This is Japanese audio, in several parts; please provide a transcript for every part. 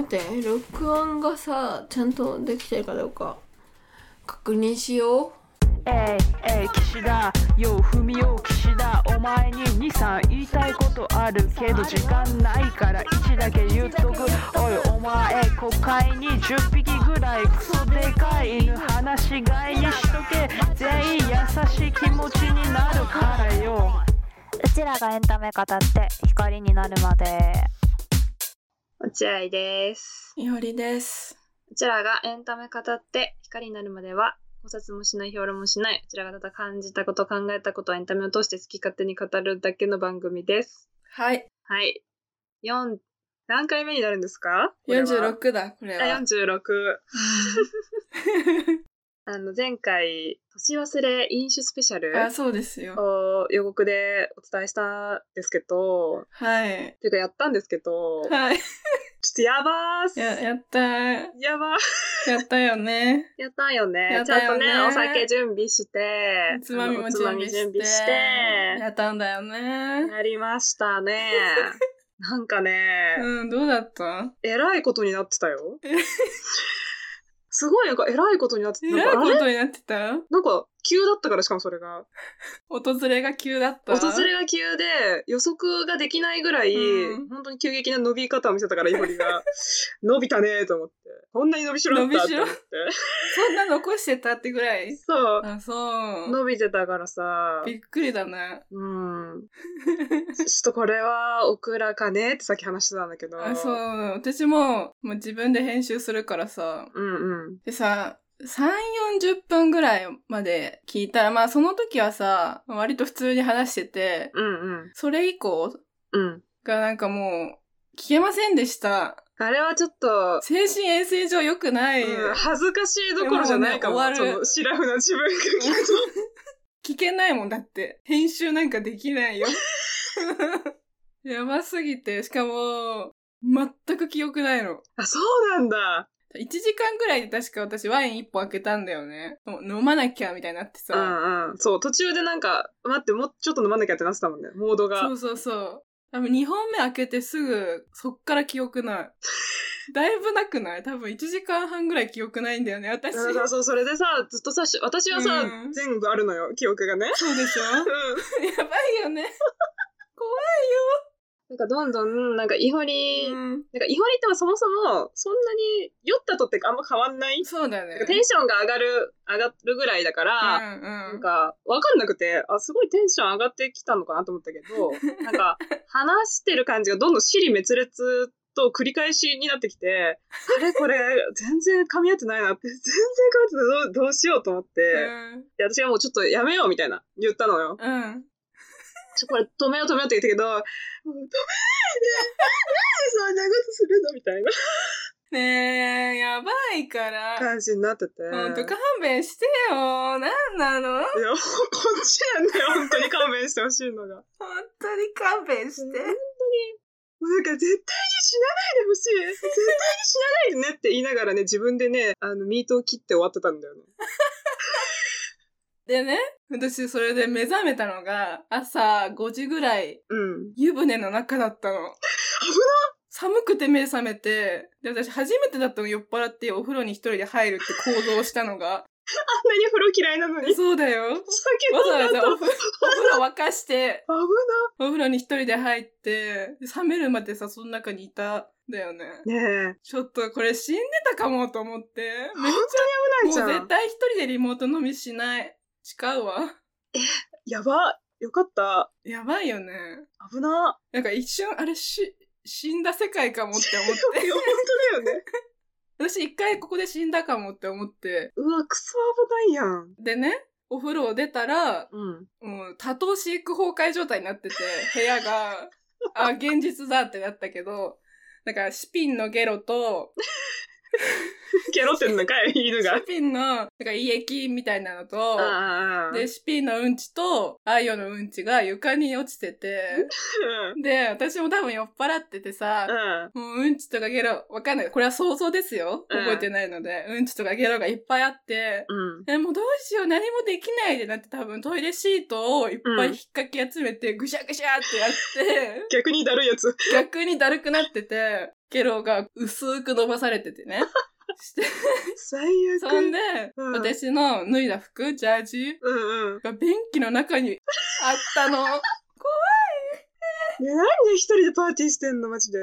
って録音がさちゃんとできてるかどうか確認しようえいえい岸田よう踏みよう岸田お前に23言いたいことあるけど時間ないから1だけ言っとくおいお前国会に10匹ぐらいクソでかい犬放し飼いにしとけ全員優しい気持ちになるからようちらがエンタメ語って光になるまで落合です。いおりですこちらがエンタメ語って光になるまでは、考察もしない、評論もしない、こちらがただ感じたこと、考えたこと、エンタメを通して好き勝手に語るだけの番組です。はいはい。4、何回目になるんですかこれは46だこれあは46。あの、前回、年忘れ飲酒スペシャルあそうですよを予告でお伝えしたんですけど、はいていうかやったんですけど、ちょっはいとやばーす。ややったーやばーやったよねやったんよね。やっちゃたんよとねね、お酒準備して、つまみもあのお準つま備みして準備して、やったんだよねやりました ね。なんかね、うんどうだったえらいことになってた よ。すごい、なんかえらいことになってえた。らいなんかあこれとになってたなんか急だったから、しかもそれが。訪れが急だった訪れが急で、予測ができないぐらい、うん本当に急激な伸び方を見せたから、イホリ が、伸びたねーと思って。こんなに伸びしろだったって思って。そんな残してたってぐらいそう。あそう伸びてたからさ。びっくりだね うん。ちょっとこれはオクラかねってさっき話してたんだけど。あそう私ももう自分で編集するからさうんうん。でさ3、40分ぐらいまで聞いたら、まあその時はさ、割と普通に話してて、うんうん。それ以降うん。がなんかもう、聞けませんでした。あれはちょっと、精神衛生上良くない。うん恥ずかしいどころじゃないかも。いやもうね終わるその、シラフな自分が聞 くと。聞けないもんだって。編集なんかできないよ。 やばすぎて、しかも、全く記憶ないの。あ、そうなんだ。 1時間ぐらいで確か私ワイン1本開けたんだよね。もう飲まなきゃみたいになっうてさ。んうん。そう、途中でなんか、待って、もうちょっと飲まなきゃってなってたもんね。モードそがう。そうそう。多分2本目開けてすぐ、そっから記憶 ない。だいぶなくない多分1時間半ぐらい記憶ないんだよね、私。そうそそううそう、それでさ、ずっとさ、し私はさ、うん全部あるのよ、記憶が ね。でしょうやん。ばいよね。なんかどんどん、なんか、イホリ、なんか、うんイホリってはそもそも、そんなに、酔ったとってあんま変わんないそうだねなんか。テンションが上がる、上がるぐらいだから、うんなうんん。か、わかんなくて、あ、すごいテンション上がってきたのかなと思ったけ ど、なんか、話してる感じがどんどん尻滅裂と繰り返しになってきて、あれこれ、全然噛み合ってないなって、全然噛み合ってないどうどうしようと思って、うんで私がもうちょっとやめようみたいな、言ったのよ。うん。ちょ、これ止めよう止めようって言ったけど、もう止めないで、なんでそんなことするのみたいなねえ、やばいから。感じになってて。ほんと勘弁してよ。なんなのいや、こっちなんだよ、本当に勘弁してほしいのが。本当に勘弁して。もうなんか絶対に死なないでほしい。絶対に死なないでねって言いながらね、自分でね、あの、ミートを切って終わってたんだよね。でね、私それで目覚めたのが朝5時ぐらい、うん。湯船の中だったの。危な寒くて目覚めて、で、私初めてだったの酔っ払ってお風呂に一人で入るって行動をしたのが。あんなに風呂嫌いなのに。そうだよ。わざ酒飲わんだざとお風呂お風呂沸かして、危な。お風呂に一人で入って、冷めるまでさ、その中にいたんだよね。ねえ。ちょっとこれ死んでたかもと思って。めっ危ないちじゃ、もゃう絶ん。対一人でリモート飲みしない。誓うわ。やば。よかった。やばいよね。危な。なんか一瞬、あれし、死んだ世界かもって思いっや、本て。当だよね。私一回ここで死んだかもって思って。うわ、クソ危ないやん。でね、お風呂を出たら、うん。もう多頭飼育崩壊状態になってて、部屋が、あ、現実だってなったけど、だからシピンのゲロと、ケロってんのかい、犬が。シピンの、なんか胃液みたいなのと、ああ。で、シピンのうんちと、アイヨのうんちが床に落ちてて、うん。で、私も多分酔っ払っててさ、うん。もううんちとかゲロ、わかんない。これは想像ですよ。うん覚えてないので、うん、ちとかゲロがいっぱいあって、うん。 え、もうどうしよう、何もできないでなって多分トイレシートをいっぱい引っ掛け集めて、ぐしゃぐしゃってやって、 逆にだるいやつ。逆にだるくなってて、ケロが薄く伸ばされて てね。して、最悪。そんで、うん私の脱いだ服、ジャージうんうん。が便器の中にあったの。便いや、なんで一人でパーティーしてんのマジで。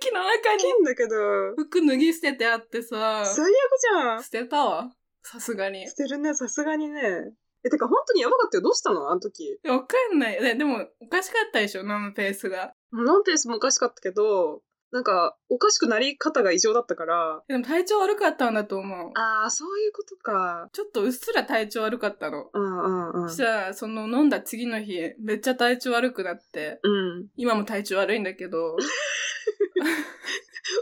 器の中にいいんだけど。服脱ぎ捨ててあってさ、最悪じゃん捨。てたわ。さすがに捨。てるね、さすがにね。え、てか本当にやばかったよ。どうしたのあの時。わかんない。ででも、おかしかったでしょ、ナムペースが。ノンペースもおかしかったけど、なんか、おかしくなり方が異常だったから。でも体調悪かったんだと思う。あー、そういうことか。ちょっとうっすら体調悪かったの。うんうんうん。そしたら、その飲んだ次の日、めっちゃ体調悪くなって、うん。今も体調悪いんだけど、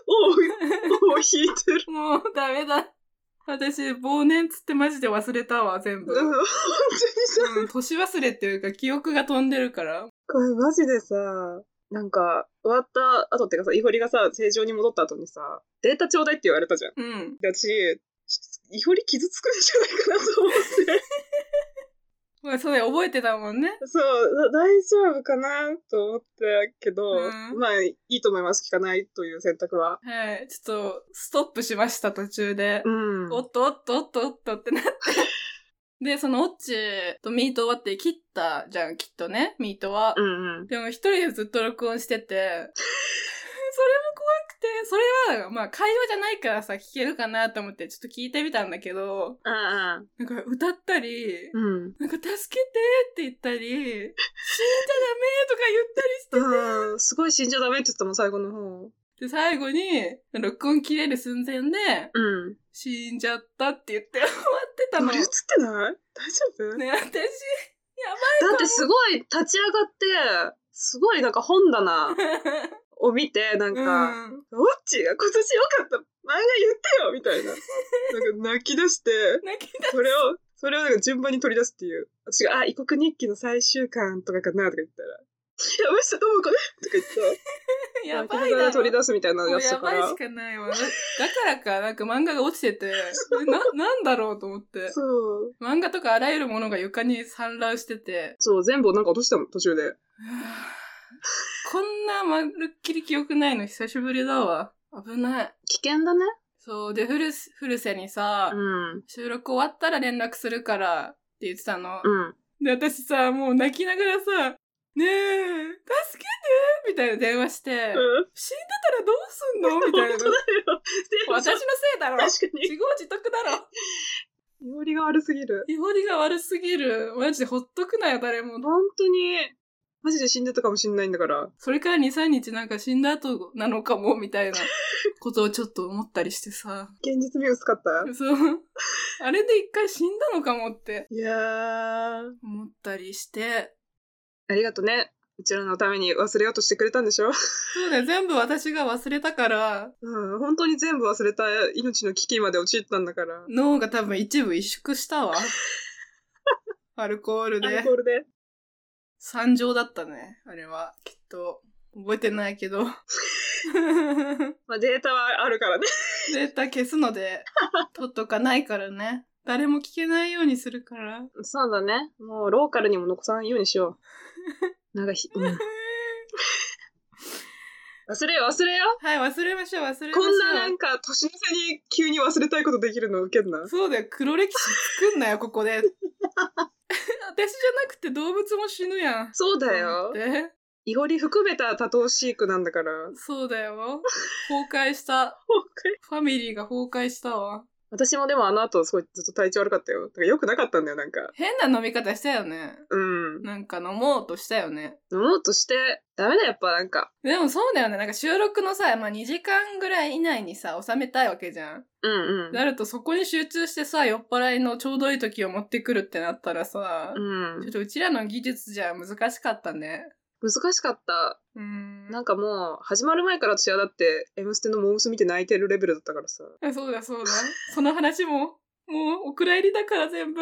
おう、おう、引いてる。もうダメだ。私、忘年つってマジで忘れたわ、全部。うん、本当にさ、うん年忘れっていうか、記憶が飛んでるから。これマジでさ、なんか、終わった後っていうかさ、イホリがさ、正常に戻った後にさ、データちょうだいって言われたじゃん。うん。で、私、イホリ傷つくんじゃないかなと思って。まあ、それ覚えてたもんね。そう、だ大丈夫かなと思ったけど、うんまあ、いいと思います。聞かないという選択は。はい。ちょっと、ストップしました、途中で。うん。おっとおっとおっとおっとってなって。で、そのオッチとミート終わって切ったじゃん、きっとね、ミートは。うんうん。でも一人でずっと録音してて、それも怖くて、それは、まあ会話じゃないからさ、聞けるかなと思ってちょっと聞いてみたんだけど、ああ、なんか歌ったり、うん。なんか助けてって言ったり、死んじゃダメとか言ったりうしてん、すごい死んじゃダメって言ってたもん、最後の方。て、で、最後に、録音切れる寸前で、うん。死んじゃったって言って終わってたの。俺映っね、てない大丈夫、私、だってすごい立ち上がって、すごいなんか本棚を見て、なんか、うんウォッチが今年良かった漫画言ってよみたいな。なんか泣き出して、泣き それを、それをなんか順番に取り出すっていう。私が、あ、異国日記の最終巻とかかなとか言ったら、いや、ました、どうもこれとか言って、 やば泣いきながだらろ取り出すみたいなもやうつやだかばいらし。かないわ。だからか、なんか漫画が落ちてて、な、なんだろうと思って。そう。漫画とかあらゆるものが床に散乱してて、そう、全部なんか落としたもん、途中で。こんなまるっきり記憶ないの久しぶりだわ。危ない。危険だね。そう、で、フルス、フルセにさ、うん。収録終わったら連絡するからって言ってたの。うん。で、私さ、もう泣きながらさ、ねえ、助けてみたいな電話して、うん。死んでたらどうすんのみたいな 本。当だよ。でも私のせいだろ確かに。自業自得だろ。いおりが悪すぎる。日本りが悪すぎる。マジでほっとくなよ、誰も。本当に、マジで死んでたかもしんないんだから。それから2、3日なんか死んだ後なのかも、みたいなことをちょっと思ったりしてさ。現実味薄かった。そう。あれで一回死んだのかもっていやー、思ったりして。ありがとね。うちらのために忘れようとしてくれたんでしょそうだよ、全部私が忘れたから、うん、本当に全部忘れた命の危機まで陥ったんだから。脳が多分一部萎縮したわ。アルコールアルでコ。ールで。惨状だったね、あれは。きっと。覚えてないけど。まあデータはあるからね。データ消すので、取っとかないからね。誰も聞けないようにするから。 そうだね。もうローカルにも残さないようにしよ う。なんかひ、うん、忘れよう忘れよう。はい、忘れましょう、忘れましょう。こんななんか年の差に急に忘れたいことできるのウケんな。そうだよ、黒歴史作んなよ、こ こで。私じゃなくて動物も死ぬやん。そうだよ。でイゴリ含めた多頭飼育なんだから。そうだよ。崩壊した。ファミリーが崩壊したわ。私もでもあの後すごいずっと体調悪かったよ。だから良くなかったんだよ、なんか。変な飲み方したよね。うん。なんか飲もうとしたよね。飲もうとして、ダメだ、やっぱなんか。でもそうだよね。なんか収録のさ、まあ、2時間ぐらい以内にさ、収めたいわけじゃん。うんなるとそこに集中してさ、酔っ払いのちょうどいい時を持ってくるってなったらさ、うん。うちょんっ。とうちらの技術じゃ難しかったね。難しかった。うーん。なんかもう、始まる前から私はだって、M ステのモームス見て泣いてるレベルだったからさ。あそうだそうだ。その話も、もうお蔵入りだから全部。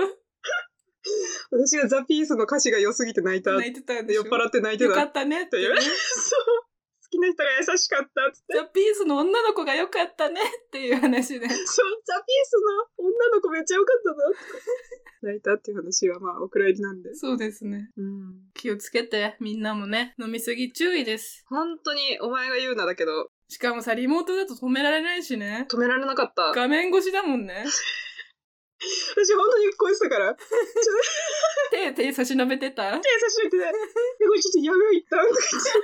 私がザ・ピースの歌詞が良すぎて泣いた。泣いてたんでし酔ょっ払って泣いてよかた。ったねっていう。そう。好きな人が優しかったっつって。ザ・ピースの女の子がよかったねっていう話そう、で。ザ・ピースの女の子めっちゃ良かったなとか。泣いたっていう話はまあ、お蔵入りなんで。そうですね。うん。気をつけて、みんなもね、飲みすぎ注意です。本当にお前が言うなだけど、しかもさ、リモートだと止められないしね。止められなかった。画面越しだもんね。私本当にこうしてたから。手手、手差し伸べてた。差し置いてね。で、これちょっとやめよう、一 旦。とか言ってや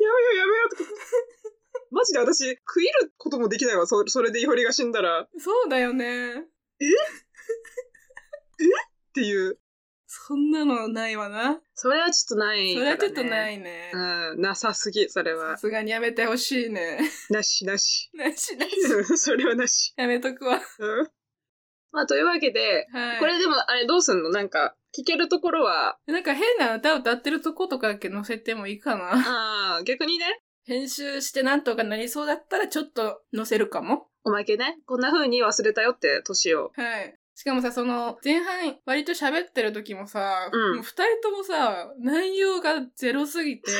めよう、やめよう、とか言って。マジで私、食いることもできないわ。そそれでイホリが死んだら。っそうだよね。ていう。そんなのないわな。それはちょっとない。それはちょっとないいね。うん、なさすぎ、それさは。すがにやめてほしいね。なし、なし。 なしなし。うんそれはなし。やめとくわ。うん。まあ、というわけで、はい。これでも、あれ、どうすんのなんか、聞けるところは、なんか変な歌歌ってるとことかだけ載せてもいいかな。ああ、逆にね、編集してなんとかなりそうだったらちょっと載せるかも。おまけね、こんな風に忘れたよって、年を。はい。しかもさ、その、前半、割と喋ってる時もさ、うんもう二人ともさ、内容がゼロす ぎて、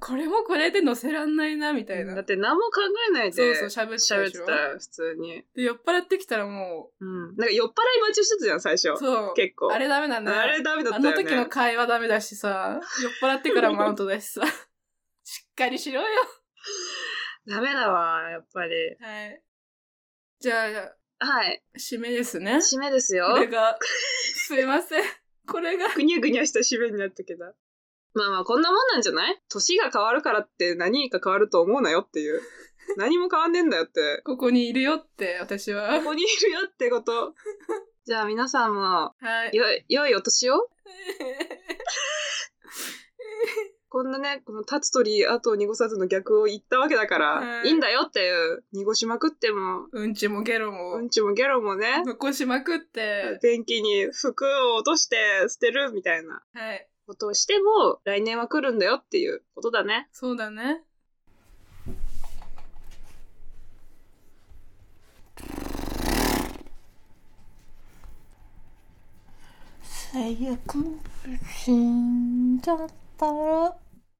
これもこれで載せらんないな、みたいな。だって何も考えないそうでそう、喋ってた喋でっしてょたら普通に。で酔っ払ってきたらもうん。なんか酔っ払い待ちしてたじゃん、最初う、。そう。結構。あれダメなんだよあれダメだあったのよね。時の会話ダメだしさ、酔っ払ってからもアウトだ しさ、しっかりしろよ。ダメだわ、やっぱり。はい。じゃあ、はい。締めですね。締めですよこ。れが、すいません。これが、ぐにゃぐにゃした締めになったけど。まあまあ、こんなもんなんじゃない年が変わるからって何か変わると思うなよって いう。何も変わんねえんだよって。ここにいるよって、私はこ。こにいるよってこと。じゃあ皆さんも、はい。よい、良いお年を。こんなね、この立つ鳥、後を濁さずの逆を言ったわけだから、はい、いいんだよっていう、濁しまくっても、うんちもゲロうもんちもゲロもね、残しまくって、便器に服を落として捨てるみたいなはい。ことをしても、来年は来るんだよっていうことだね。そうだね。最悪死んじゃったら